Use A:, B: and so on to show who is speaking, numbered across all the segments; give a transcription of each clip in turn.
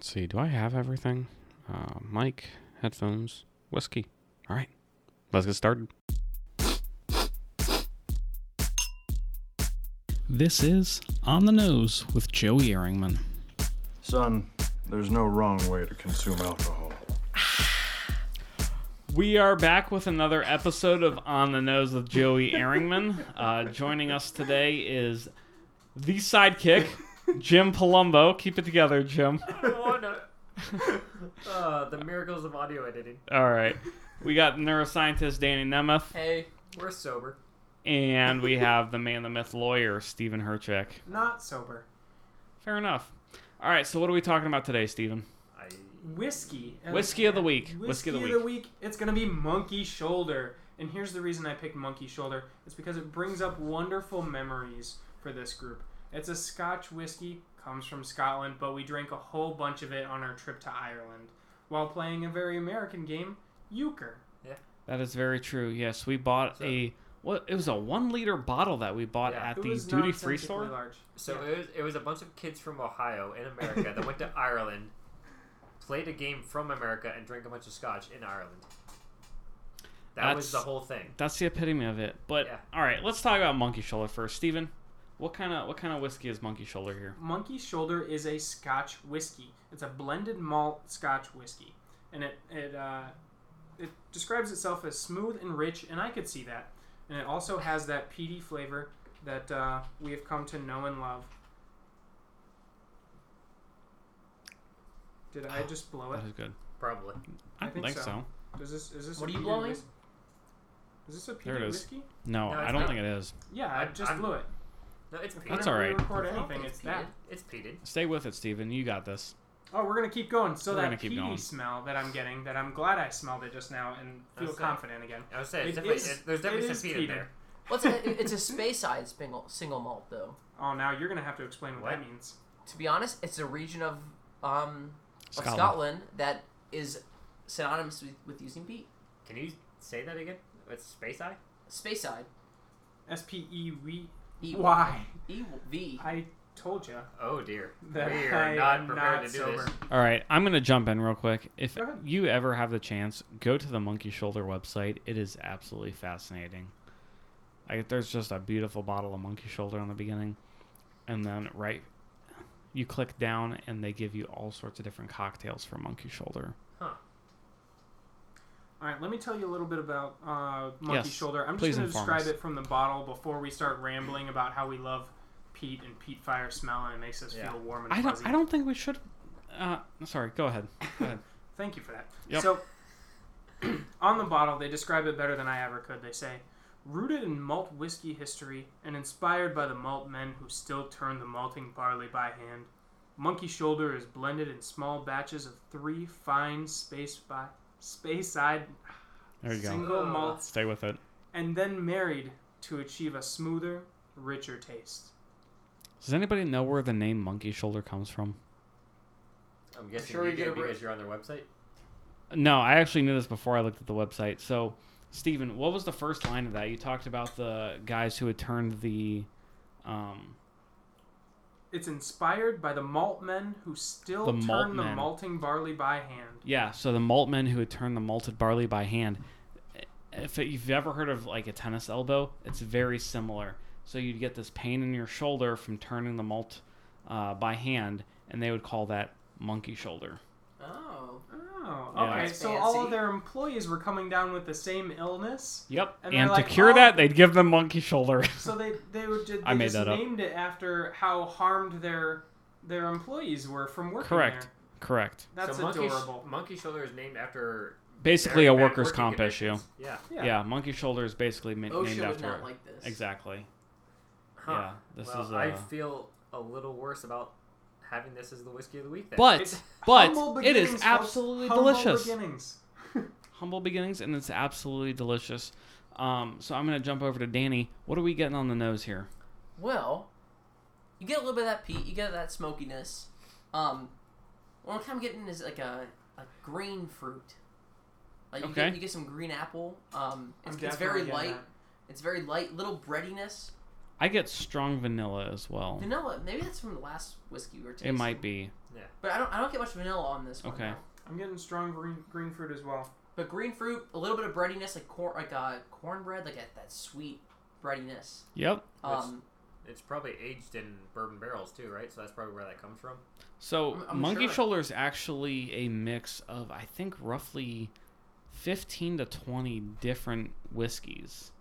A: Let's see. Do I have everything? Uh, mic, headphones, whiskey. All right. Let's get started.
B: This is On the Nose with Joey Ehrringman.
C: Son, there's no wrong way to consume alcohol.
A: We are back with another episode of On the Nose with Joey Erringman. Uh, joining us today is the sidekick, Jim Palumbo. Keep it together, Jim.
D: Oh no. uh, the miracles of audio editing.
A: All right. We got neuroscientist Danny Nemeth,
D: Hey, we're sober.
A: and we have the man, the myth, lawyer Stephen Herchek.
E: Not sober.
A: Fair enough. All right. So what are we talking about today, Stephen?
D: I
E: Whiskey.
A: Whiskey of the week. Whiskey
E: Whiskey,
A: of the
E: the
A: week.
E: week. It's gonna be Monkey Shoulder, and here's the reason I picked Monkey Shoulder. It's because it brings up wonderful memories for this group. It's a Scotch whiskey, comes from Scotland, but we drank a whole bunch of it on our trip to Ireland while playing a very American game, euchre.
A: That is very true. Yes, we bought
D: So-
A: a what? It was a one liter bottle that we bought
D: Yeah,
A: at
E: It
A: the
E: was
A: duty free
E: nonsensically
A: store.
E: Large.
D: So
E: Yeah.
D: it, was, it was a bunch of kids from Ohio in America that went to Ireland, played a game from America, and drank a bunch of scotch in Ireland. That was the
A: That's-
D: whole thing.
A: That's the epitome of it. But
D: Yeah.
A: all right, let's talk about Monkey Shoulder first, Steven, What kind of what kind of whiskey is Monkey Shoulder here?
E: Monkey Shoulder is a Scotch whiskey. It's a blended malt Scotch whiskey, and it it uh, it describes itself as smooth and rich, and I could see that. And it also has that peaty flavor that uh, we have come to know and love. Did I just blow it?
A: That is good.
D: Probably.
A: I,
E: I
A: don't
E: think
A: think so.
E: so. Is this is this
D: What
E: a
D: are you
E: peated
D: blowing?
E: whis- Is this a
A: There
E: peated
A: it is.
E: whiskey?
A: No,
D: No,
A: I
D: it's
A: don't
D: not.
A: think it is.
E: Yeah, I
D: I'm-
E: just
D: I'm-
E: blew it.
D: No, it's peated.
A: That's all right.
E: We record
D: I don't
E: anything.
D: think
E: It's
D: peated.
E: that.
D: It's peated.
A: Stay with it, Steven. You got this.
E: Oh, we're gonna keep going. So
A: We're gonna
E: that
A: keep
E: peaty
A: going.
E: smell that I'm getting, that I'm glad I smelled it just now and feel
D: That's it.
E: confident again.
D: I was saying,
E: It
D: it's definitely,
E: is-
D: it- there's definitely
E: it
D: some
E: is
D: peat in
E: peated.
D: there.
F: What's it? It's a space side single single malt though.
E: Oh, now you're gonna have to explain what, that
D: What?
E: means.
F: To be honest, it's a region of um of
A: Scotland.
F: Scotland, that is synonymous with, with using peat.
D: Can you say that again? It's space eye?
F: Space side.
E: S P E V
F: E
E: Y.
F: E V.
E: I told you.
D: Oh dear. We
E: That I
D: are not
E: am
D: prepared
E: not
D: to do this.
E: sober.
A: All right, I'm gonna jump in real quick. If
E: Go ahead.
A: you ever have the chance, go to the Monkey Shoulder website. It is absolutely fascinating. Like there's just a beautiful bottle of Monkey Shoulder on the beginning, and then right, you click down and they give you all sorts of different cocktails for Monkey Shoulder.
E: All right, let me tell you a little bit about uh, Monkey
A: Yes,
E: Shoulder. I'm
A: please
E: just gonna
A: inform
E: describe
A: us.
E: it from the bottle before we start rambling about how we love peat and peat fire smell and it makes us
D: Yeah.
E: feel warm and
A: I
E: fuzzy.
A: don't. I don't think we should. Uh, sorry. Go ahead. Go ahead.
E: Thank you for that.
A: Yep.
E: So, on the bottle, they describe it better than I ever could. They say, rooted in malt whiskey history and inspired by the malt men who still turn the malting barley by hand, Monkey Shoulder is blended in small batches of three fine space by space side
A: There you go.
E: single
D: Ugh.
E: malts
A: Stay with it.
E: and then married to achieve a smoother, richer taste.
A: Does anybody know where the name Monkey Shoulder comes from?
D: I'm guessing
F: sure
D: you
F: we get
D: did
F: a break.
D: because you're on their website.
A: No, I actually knew this before I looked at the website. So, Steven, what was the first line of that? You talked about the guys who had turned the um,
E: It's inspired by the malt men who still
A: The
E: turn
A: malt
E: the
A: men.
E: malting barley by hand.
A: yeah, so the malt men who had turned the malted barley by hand. If you've ever heard of like a tennis elbow, it's very similar. So you'd get this pain in your shoulder from turning the malt uh, by hand, and they would call that monkey shoulder.
F: Oh.
E: Oh,
A: Yeah.
E: okay.
F: That's
E: So all of
F: fancy.
E: their employees were coming down with the same illness.
A: Yep.
E: And
A: And,
E: they're
A: to
E: like,
A: cure
E: "Oh."
A: that, they'd give them monkey shoulder.
E: So they they would ju- they
A: I made
E: just
A: that up.
E: named it after how harmed their their employees were from working
A: Correct.
E: there.
A: Correct.
E: That's
D: so monkey, sh-
E: adorable.
D: monkey shoulder is named after
A: Basically,
D: very
A: a
D: bad
A: workers'
D: working
A: comp
D: conditions.
A: issue.
D: Yeah.
A: Yeah.
E: Yeah.
A: monkey shoulder is basically ma- named
F: OSHA would
A: after.
F: not like this.
A: Exactly.
D: Huh.
A: Yeah, this
D: well,
A: is. Uh...
D: I feel a little worse about having this as the whiskey of the week. Then.
A: but
E: It's Humble
A: but it
E: beginnings,
A: is
E: folks.
A: absolutely
E: Humble
A: delicious.
E: beginnings.
A: Humble beginnings, and it's absolutely delicious. Um, so I'm gonna jump over to Danny. What are we getting on the nose here?
F: Well, you get a little bit of that peat. You get that smokiness. Um, what I'm kind of getting is like a, a green fruit. Like you,
A: Okay.
F: get, you get some green apple. Um,
E: I'm
F: it's, it's very
E: definitely getting
F: light. It's very light. Little breadiness.
A: I get strong vanilla as well.
F: Vanilla. Maybe that's from the last whiskey we were tasting.
A: It might be.
F: But I don't. I don't get much vanilla on this one.
A: Okay.
F: though.
E: I'm getting strong green, green fruit as well.
F: But green fruit, a little bit of breadiness, like corn, like uh, cornbread, like a, that sweet breadiness.
A: Yep.
D: That's-
F: Um,
D: It's probably aged in bourbon barrels too, right? So that's probably where that comes from.
A: So
F: I'm- I'm
A: Monkey
F: sure.
A: Shoulder is actually a mix of I think roughly 15 to 20 different whiskeys.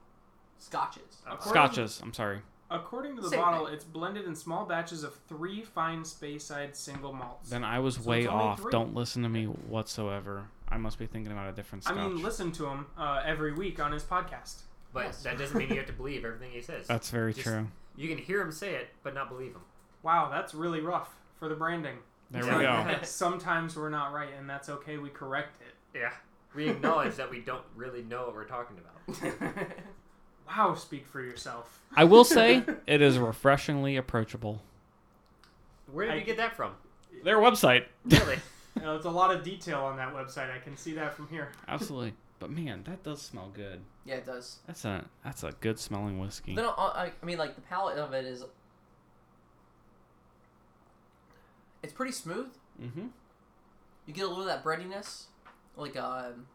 F: scotches.
D: Uh,
E: According-
A: Scotches, I'm sorry.
E: According to the
F: Same
E: bottle, it's blended in small batches of three fine Speyside single malts.
A: Then I was
E: So
A: way
E: it's only
A: off.
E: three.
A: Don't listen to me whatsoever. I must be thinking about a different
E: I
A: scotch.
E: mean, listen to him uh, every week on his podcast.
D: But
F: Yes.
D: that doesn't mean you have to believe everything he says.
A: That's very
D: Just-
A: true.
D: you can hear him say it, but not believe him.
E: Wow, that's really rough for the branding.
A: There we
D: Yeah.
A: go.
E: Sometimes we're not right, and that's okay. We correct it.
D: Yeah. We acknowledge that we don't really know what we're talking about.
E: Wow, speak for yourself.
A: I will say it is refreshingly approachable.
D: Where did
E: I-
D: you get that from?
A: Their website.
D: Really?
E: You know, it's a lot of detail on that website. I can see that from here.
A: Absolutely. But man, that does smell good.
F: yeah, it does.
A: That's a that's a good smelling whiskey.
F: Then uh, I, I mean, like the palate of it is. It's pretty smooth.
A: Mm-hmm.
F: You get a little of that breadiness, like um.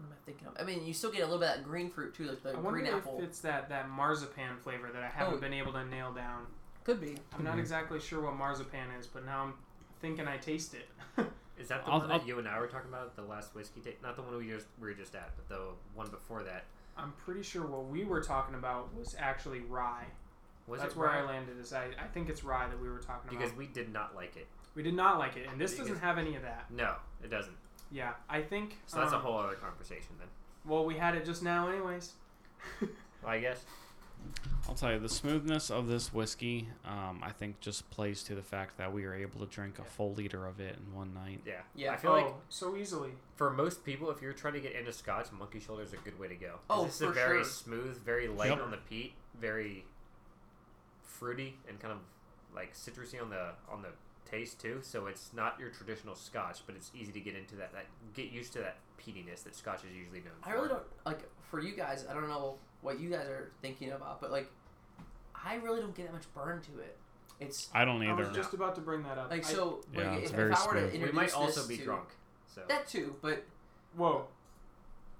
F: What am I thinking of? I mean, you still get a little bit of that green fruit too, like the
E: I wonder
F: green
E: if
F: apple.
E: it's that, that marzipan flavor that I haven't
F: Oh.
E: been able to nail down.
F: Could be.
E: I'm
A: Hmm.
E: not exactly sure what marzipan is, but now I'm thinking I taste it.
D: Is that the
A: I'll-
D: one
A: I'll-
D: that you and I were talking about at the last whiskey date? Not the one we just we were just at, but the one before that.
E: I'm pretty sure what we were talking about was actually rye.
D: Was
E: That's
D: it
E: where
D: rye?
E: I landed. Is I, I think it's rye that we were talking about.
D: Because we did not like it.
E: we did not like it, and this
D: Because-
E: doesn't have any of that.
D: No, it doesn't.
E: Yeah, I think.
D: So that's a
E: um,
D: whole other conversation then.
E: Well, we had it just now, anyways.
D: Well, I guess.
A: I'll tell you the smoothness of this whiskey. Um, I think just plays to the fact that we were able to drink a full liter of it in one night.
D: Yeah.
F: Yeah.
D: I feel like
E: Oh, so easily.
D: for most people, if you're trying to get into scotch, monkey shoulder is a good way to go. 'Cause
F: Oh,
D: it's a
F: for
D: very
F: sure.
D: smooth, very light
A: Yep.
D: on the peat, very fruity and kind of like citrusy on the on the taste too. So it's not your traditional scotch, but it's easy to get into that that get used to that peatiness that scotch is usually known.
F: I
D: for.
F: really don't like for you guys. I don't know what you guys are thinking about, but like, I really don't get that much burn to it. It's
A: I don't
E: I
A: either.
E: was just about to bring that up.
F: like
E: I-
F: so. like,
A: Yeah,
F: if,
A: it's
F: if
A: very
F: I were to
A: smooth.
D: We
F: introduce
D: might also
F: this
D: be
F: to-
D: drunk. So
F: That too, but
E: Whoa,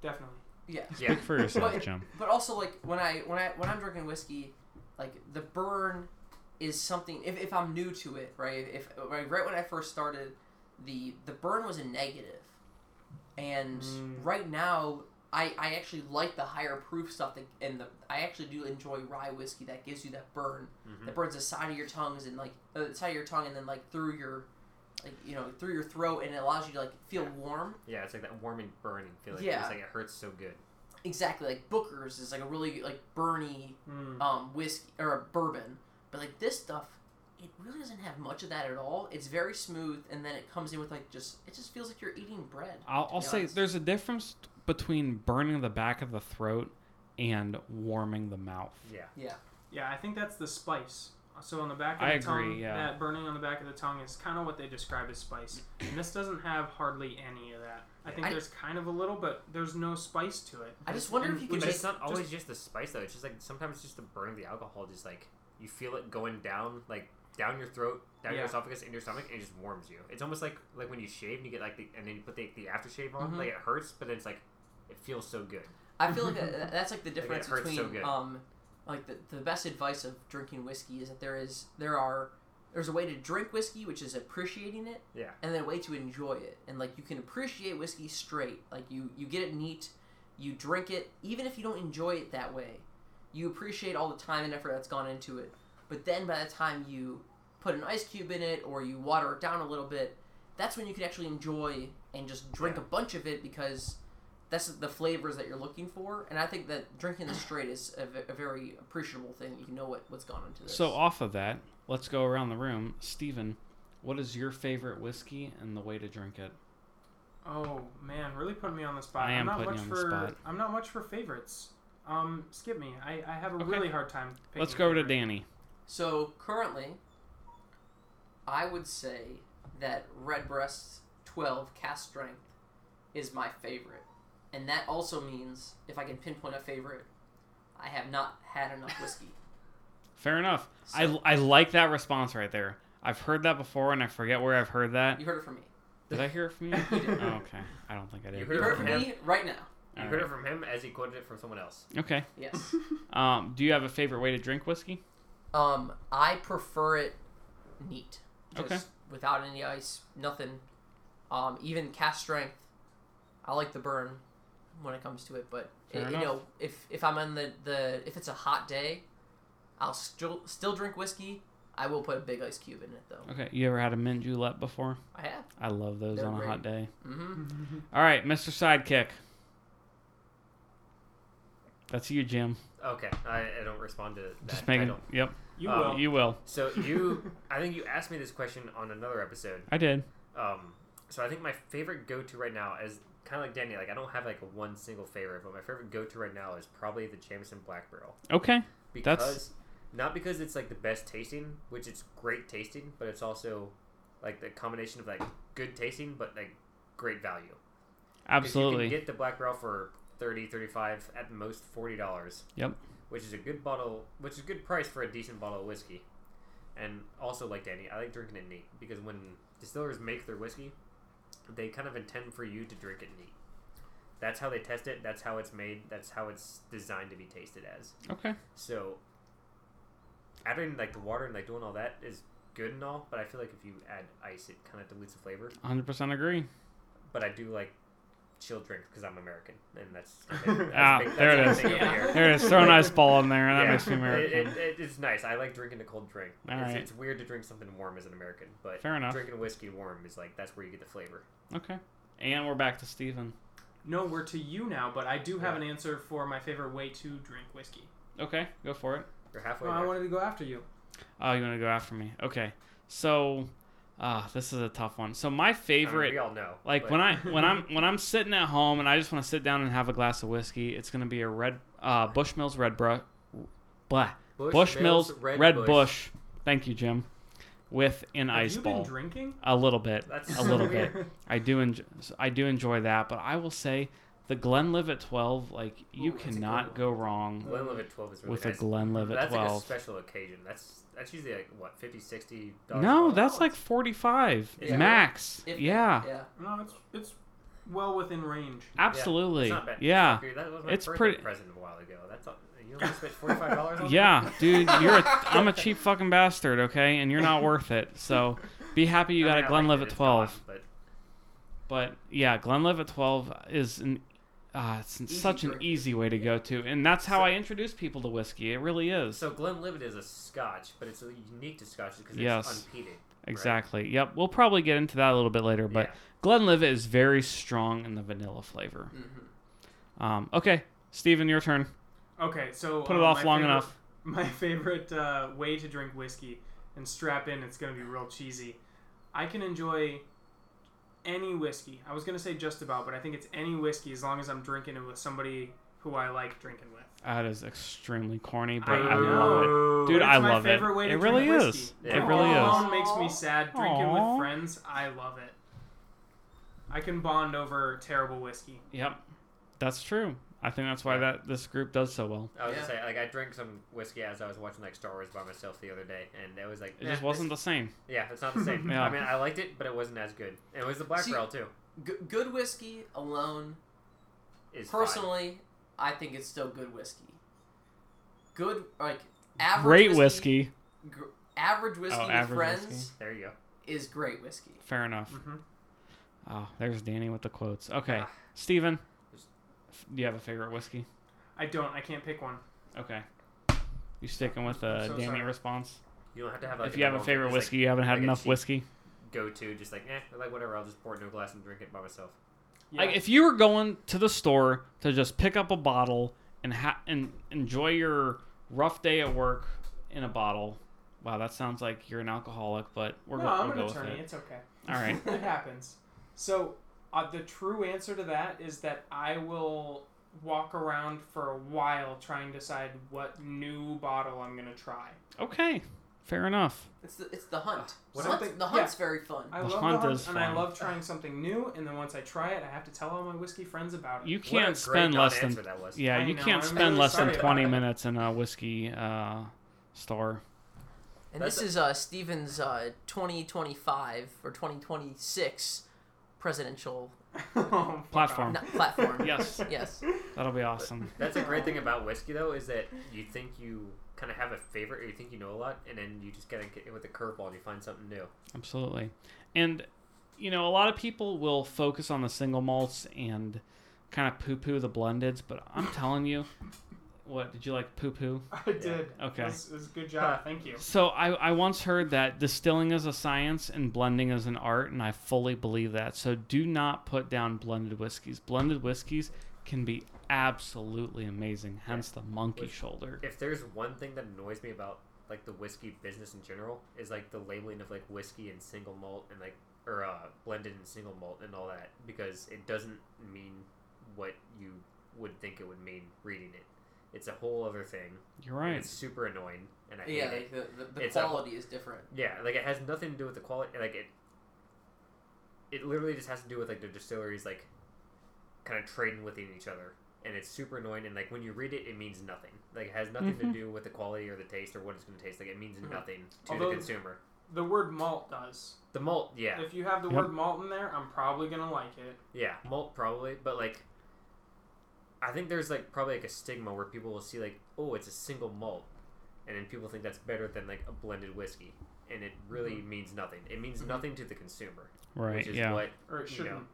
E: definitely.
F: yeah.
D: yeah,
A: Speak for yourself,
F: But-
A: Jim.
F: But also like when I when I when I'm drinking whiskey, like the burn is something. If, if I'm new to it, right? If right, right when I first started, the the burn was a negative, and
E: Mm.
F: right now. I, I actually like the higher proof stuff, that, and the I actually do enjoy rye whiskey that gives you that burn
D: Mhm.
F: that burns the side of your tongues and like uh, the side of your tongue and then like through your like you know through your throat and it allows you to like feel warm
D: yeah, it's like that warm and burning feeling.
F: Yeah.
D: It's like it hurts so good.
F: exactly like booker's is like a really like burny
E: Mm.
F: um whiskey or a bourbon but like this stuff it really doesn't have much of that at all it's very smooth and then it comes in with like just it just feels like you're eating bread
A: I'll, I'll
F: be
A: say
F: honest.
A: there's a difference between burning the back of the throat and warming the mouth.
D: Yeah,
F: yeah
E: Yeah, I think that's the spice. So on the back of
A: I
E: the
A: agree,
E: tongue,
A: yeah.
E: that burning on the back of the tongue is kind of what they describe as spice. And this doesn't have hardly any of that. I think
F: I-
E: there's kind of a little, but there's no spice to it.
F: i just wonder if you
E: And
F: could
D: but
F: just
D: it's not always just, the spice though. It's just like sometimes just the burn of the alcohol, just like you feel it going down, like down your throat, down
E: Yeah.
D: your esophagus, into your stomach, and it just warms you. It's almost like like when you shave and you get like the and then you put the, the aftershave on,
F: Mhm.
D: like it hurts, but then it's like it feels so good.
F: I feel like that- that's like the
D: it
F: difference
D: hurts so
F: between
D: good.
F: um, like the, the best advice of drinking whiskey is that there is there are there's a way to drink whiskey which is appreciating it,
D: Yeah.
F: and then a way to enjoy it. And like you can appreciate whiskey straight, like you you get it neat, you drink it, even if you don't enjoy it that way, you appreciate all the time and effort that's gone into it. But then by the time you put an ice cube in it or you water it down a little bit, that's when you can actually enjoy and just drink
D: Yeah.
F: a bunch of it because that's the flavors that you're looking for. And I think that drinking this straight is a, ve- a very appreciable thing. You know what, what's gone into this.
A: So off of that, let's go around the room. Steven, what is your favorite whiskey and the way to drink it?
E: Oh man, really putting me on the spot.
A: I
E: am
A: am
E: not
A: putting
E: much
A: you on the
E: for
A: spot.
E: I'm not much for favorites. Um, skip me. I, I have a
A: Okay.
E: really hard time. Picking
A: Let's
E: a
A: go over to
E: favorite.
A: Danny.
F: So currently, I would say that Redbreast 12 cast strength is my favorite. And that also means, if I can pinpoint a favorite, I have not had enough whiskey.
A: Fair enough. I, I like that response right there. I've heard that before, and I forget where I've heard that.
F: You heard it from me.
A: Did I hear it from you? oh, okay. I don't think I did.
D: You
F: You
D: it
F: heard it
D: from
F: from
D: him.
F: me right now.
D: You
A: All
D: heard it
A: right.
D: from him as he quoted it from someone else.
A: Okay.
F: Yes.
A: Um, do you have a favorite way to drink whiskey?
F: Um, I prefer it neat. Just
A: Okay.
F: Without any ice, nothing. Um, even cast strength. I like the burn when it comes to it, but
A: Fair
F: i- you
A: enough.
F: know, if if I'm on the the if it's a hot day, I'll still still drink whiskey. I will put a big ice cube in it though.
A: Okay. You ever had a mint julep before?
F: I have.
A: I love those
F: They're
A: on a
F: great.
A: hot day.
F: Mm-hmm.
A: All right, Mr. Sidekick. That's you, Jim.
D: Okay, I, I don't respond to that.
A: Just
D: I
A: making.
D: don't.
A: Yep.
E: You
D: Um,
E: will.
A: You will.
D: So you, I think you asked me this question on another episode.
A: I did.
D: Um, so I think my favorite go-to right now is kind of like Danny. Like I don't have like a one single favorite, but my favorite go-to right now is probably the Jameson Black Barrel
A: Okay.
D: because
A: That's-
D: not because it's like the best tasting, which it's great tasting, but it's also like the combination of like good tasting but like great value. 'Cause You
A: Absolutely.
D: can get the Black Barrel for 30 35 at most $40.
A: Yep.
D: Which is a good bottle, which is a good price for a decent bottle of whiskey. And also, like Danny, I like drinking it neat because when distillers make their whiskey, they kind of intend for you to drink it neat. That's how they test it, that's how it's made, that's how it's designed to be tasted as.
A: okay.
D: So, adding like the water and like doing all that is good and all, but I feel like if you add ice, it kind of dilutes the flavor
A: 100% agree.
D: but I do like chill drinks because I'm American, and that's,
A: Ah, there it is.
D: thing over
F: Yeah.
D: here.
A: There it is. Throw an ice ball in there. That
D: Yeah.
A: makes me American.
D: It, it, it's nice. I like drinking a cold drink.
A: All
D: it's,
A: right.
D: it's weird to drink something warm as an American, but
A: Fair enough.
D: drinking whiskey warm is like that's where you get the flavor.
A: Okay. And we're back to Steven.
E: No, we're to you now, but I do have
D: Yeah.
E: an answer for my favorite way to drink whiskey.
A: Okay. Go for it.
D: You're halfway
E: No, I
D: there.
E: wanted to go after you.
A: Oh, you want to go after me? Okay. So, uh, this is a tough one. So my
D: I mean,
A: favorite,
D: we all know.
A: like when I when I'm when I'm sitting at home and I just want to sit down and have a glass of whiskey, it's gonna be a red uh, Bushmills Red Bru- blah, Bushmills Red, Bush. Thank you, Jim. With an
E: have
A: ice
E: you
A: ball,
E: been drinking?
A: a little bit,
D: That's
A: a
D: so
A: little bit.
D: weird.
A: I do enjoy, I do enjoy that, but I will say the Glenlivet 12, like you
E: Ooh, that's a good
A: cannot
E: one.
A: go wrong
D: Glenlivet 12 is really
A: with a
D: nice. But
A: Glenlivet
D: that's
A: 12.
D: like a special occasion. That's that's usually like what 50 60 dollars.
A: No,
D: a bottle?
A: that's like 45
F: Yeah.
A: max.
F: If-
A: yeah,
F: Yeah.
E: No, it's it's well within range.
A: absolutely.
D: It's
A: Yeah.
D: not bad.
A: Yeah.
D: Dude, that was my
A: It's
D: birthday
A: pretty-
D: present a while ago. That's all, you only spent forty five dollars on.
A: dude, you're a, I'm a cheap fucking bastard, okay? And you're not worth it. So be happy you got
D: I mean,
A: a
D: I liked it.
A: Glenlivet
D: It's
A: 12.
D: gone, but
A: But yeah, Glenlivet 12 is an uh, it's
F: Easy
A: such an
F: drink.
A: easy way to go to, and that's how
D: So-
A: I introduce people to whiskey. It really is.
D: So Glenlivet is a Scotch, but it's unique to Scotch because it's
A: Yes.
D: unpeated.
A: Exactly. Yep. We'll probably get into that a little bit later, but
D: Yeah.
A: Glenlivet is very strong in the vanilla flavor.
F: Mhm.
A: Um, okay, Steven, your turn.
E: Okay, so
A: Put it
E: uh,
A: off
E: my
A: long
E: favorite-
A: enough.
E: My favorite uh, way to drink whiskey and strap in. It's gonna be real cheesy. I can enjoy any whiskey. I was gonna say just about, but I think it's any whiskey as long as I'm drinking it with somebody who I like drinking with.
A: That is extremely corny, but
E: I
A: I, love it. Dude,
E: But
A: I
E: it's my
A: love it.
E: favorite way to
A: It
E: drink
A: really
E: whiskey.
A: is.
D: Yeah.
A: It really
E: Alone
A: is.
F: Aw.
E: makes me sad. Drinking
A: Aw.
E: with friends, I love it. I can bond over terrible whiskey.
A: Yep. That's true. I think that's why that this group does so well.
D: I was gonna
F: Yeah.
D: say, like, I drank some whiskey as I was watching like Star Wars by myself the other day, and it was like,
A: It
D: "Nah,
A: just wasn't the
D: this-
A: same.
D: yeah, it's not the same.
A: Yeah.
D: I mean, I liked it, but it wasn't as good. It was the black
F: See,
D: barrel too.
F: G- good whiskey alone
D: Is fine.
F: Personally, I think it's still good whiskey. Good, like average
A: Great
F: whiskey.
A: whiskey.
F: Gr- average whiskey
A: Oh,
F: with
A: average
F: friends
A: whiskey.
D: there you go.
F: is great whiskey.
A: Fair enough.
E: hmm
A: Oh, there's Danny with the quotes. Okay,
D: Ah.
A: Steven,
D: Just-
A: f- do you have a favorite whiskey?
E: I don't. I can't pick one.
A: Okay. You sticking with the
E: I'm so
A: Danny
E: sorry.
A: response?
D: You don't have to have like
A: if you have a
D: normal-
A: favorite
D: just,
A: whiskey, you haven't had
D: like a
A: enough
D: cheap-
A: whiskey.
D: like, go to, just like eh, like whatever. I'll just pour it into a glass and drink it by myself.
E: Yeah.
A: Like if you were going to the store to just pick up a bottle and ha- and enjoy your rough day at work in a bottle. Wow, that sounds like you're an alcoholic, but we're
E: no,
A: go-
E: I'm
A: we'll
E: an
A: go
E: attorney.
A: with it.
E: It's okay.
A: All right.
E: it happens. So uh, the true answer to that is that I will walk around for a while trying to decide what new bottle I'm gonna try.
A: Okay. Fair enough.
F: It's the it's the hunt.
E: What
F: Hunt-
E: don't they-
F: the hunt's very fun.
E: I
A: The
E: love
A: hunt
E: the hunt,
A: is
E: and I
A: fun.
E: love trying something new. And then once I try it, I have to tell all my whiskey friends about it.
A: You
D: What a
A: can't
D: great
A: spend less than
D: non-answer that was.
A: yeah.
E: I
A: you
E: know,
A: can't
E: I'm
A: spend
E: really
A: less than
E: sorry about
A: twenty
E: it.
A: minutes in a whiskey uh, store.
F: and
D: that's
F: this is uh, Stephen's uh, 2025 or 2026 presidential
E: Oh, fuck
A: Platform.
F: no, platform.
A: Yes,
F: Yes.
A: that'll be awesome.
D: That's a great thing about whiskey, though, is that you think you kind of have a favorite or you think you know a lot, and then you just gotta get in with a curveball and you find something new.
A: Absolutely. And, you know, a lot of people will focus on the single malts and kind of poo poo the blendeds, but I'm telling you, what did you like poo poo?
E: off. I did.
A: Okay.
E: It was, it was a good job. Thank you.
A: So I, I once heard that distilling is a science and blending is an art, and I fully believe that. So do not put down blended whiskeys. Blended whiskeys can be absolutely amazing, hence the monkey
D: Which-
A: shoulder.
D: If there's one thing that annoys me about like the whiskey business in general, is like the labeling of like whiskey and single malt and like or uh, blended and single malt and all that because it doesn't mean what you would think it would mean reading it. It's a whole other thing.
A: You're
D: and
A: right.
D: It's super annoying, and I hate
F: Yeah.
D: it.
F: like, The, the, the
D: It's a-
F: quality is different.
D: Yeah, like it has nothing to do with the quality. Like it, it literally just has to do with like the distilleries like, kind of trading within each other, and it's super annoying. And like when you read it, it means nothing. Like it has nothing
A: Mhm.
D: to do with the quality or the taste or what it's going to taste. Like it means nothing to
E: Although-
D: the consumer.
E: The word malt does.
D: The malt, yeah,
E: If you have the
A: Yep.
E: word malt in there, I'm probably gonna like it.
D: yeah, malt probably, but like, I think there's like probably like a stigma where people will see like, oh, it's a single malt, and then people think that's better than like a blended whiskey, and it really means nothing. It means nothing to the consumer,
A: Right,
D: which is
A: yeah.
D: what
E: Or it
D: You
E: shouldn't.
D: know.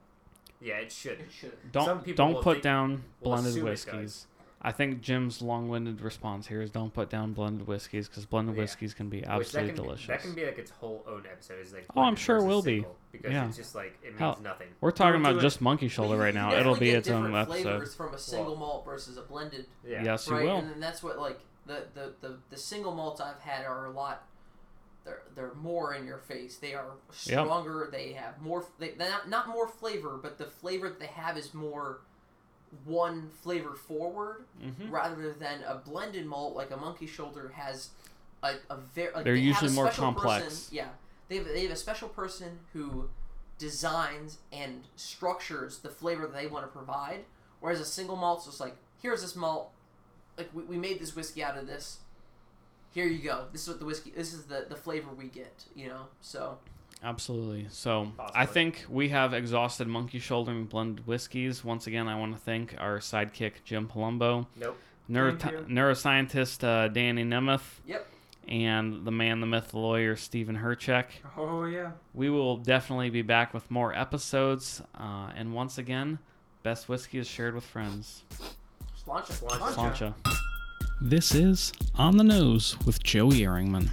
D: Yeah, it should.
F: It should.
D: Some
A: Don't
D: people
A: don't
D: will
A: put
D: think-
A: down
D: will
A: blended
D: assume it
A: whiskeys.
D: does.
A: I think Jim's long-winded response here is don't put down blended whiskeys because blended
D: Yeah.
A: whiskeys can be
D: Which that
A: absolutely
D: can be-
A: delicious.
D: That can be like its whole own episode. Is like
A: Oh, I'm
D: blended
A: sure it
D: versus
A: will be.
D: single, because
A: Yeah.
D: it's just like it means
A: Hell-
D: nothing.
A: We're talking
E: Don't do
A: about
E: it.
A: just monkey shoulder right now. It'll be its own
F: different
A: episode.
F: flavors from a single malt versus a blended,
D: Yeah.
A: Yes, you
F: right?
A: will.
F: And then that's what like the, the the the single malts I've had are a lot. They're they're more in your face. They are stronger. They have more. They they're not not more flavor, but the flavor that they have is more one flavor forward
A: Mhm.
F: rather than a blended malt like a monkey shoulder has a, a very like,
A: They're
F: they have a
A: usually more
F: special
A: complex.
F: person, yeah they have, they have a special person who designs and structures the flavor that they want to provide whereas a single malt's just like here's this malt like we, we made this whiskey out of this here you go this is what the whiskey this is the the flavor we get you know so
A: Absolutely. So I
D: Possibly.
A: think we have exhausted monkey shoulder and blended whiskeys. Once again, I want to thank our sidekick Jim Palumbo,
D: Nope.
A: neuro-
E: Thank you.
A: neuroscientist uh, Danny Nemeth,
F: yep
A: and the man, the myth, the lawyer Stephen Herchek.
E: Oh yeah.
A: We will definitely be back with more episodes. Uh, and once again, best whiskey is shared with friends.
F: launch it
D: Sláinte.
A: Sláinte.
B: This is On the Nose with Joey Ehrringman.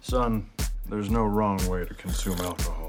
C: Son, there's no wrong way to consume alcohol.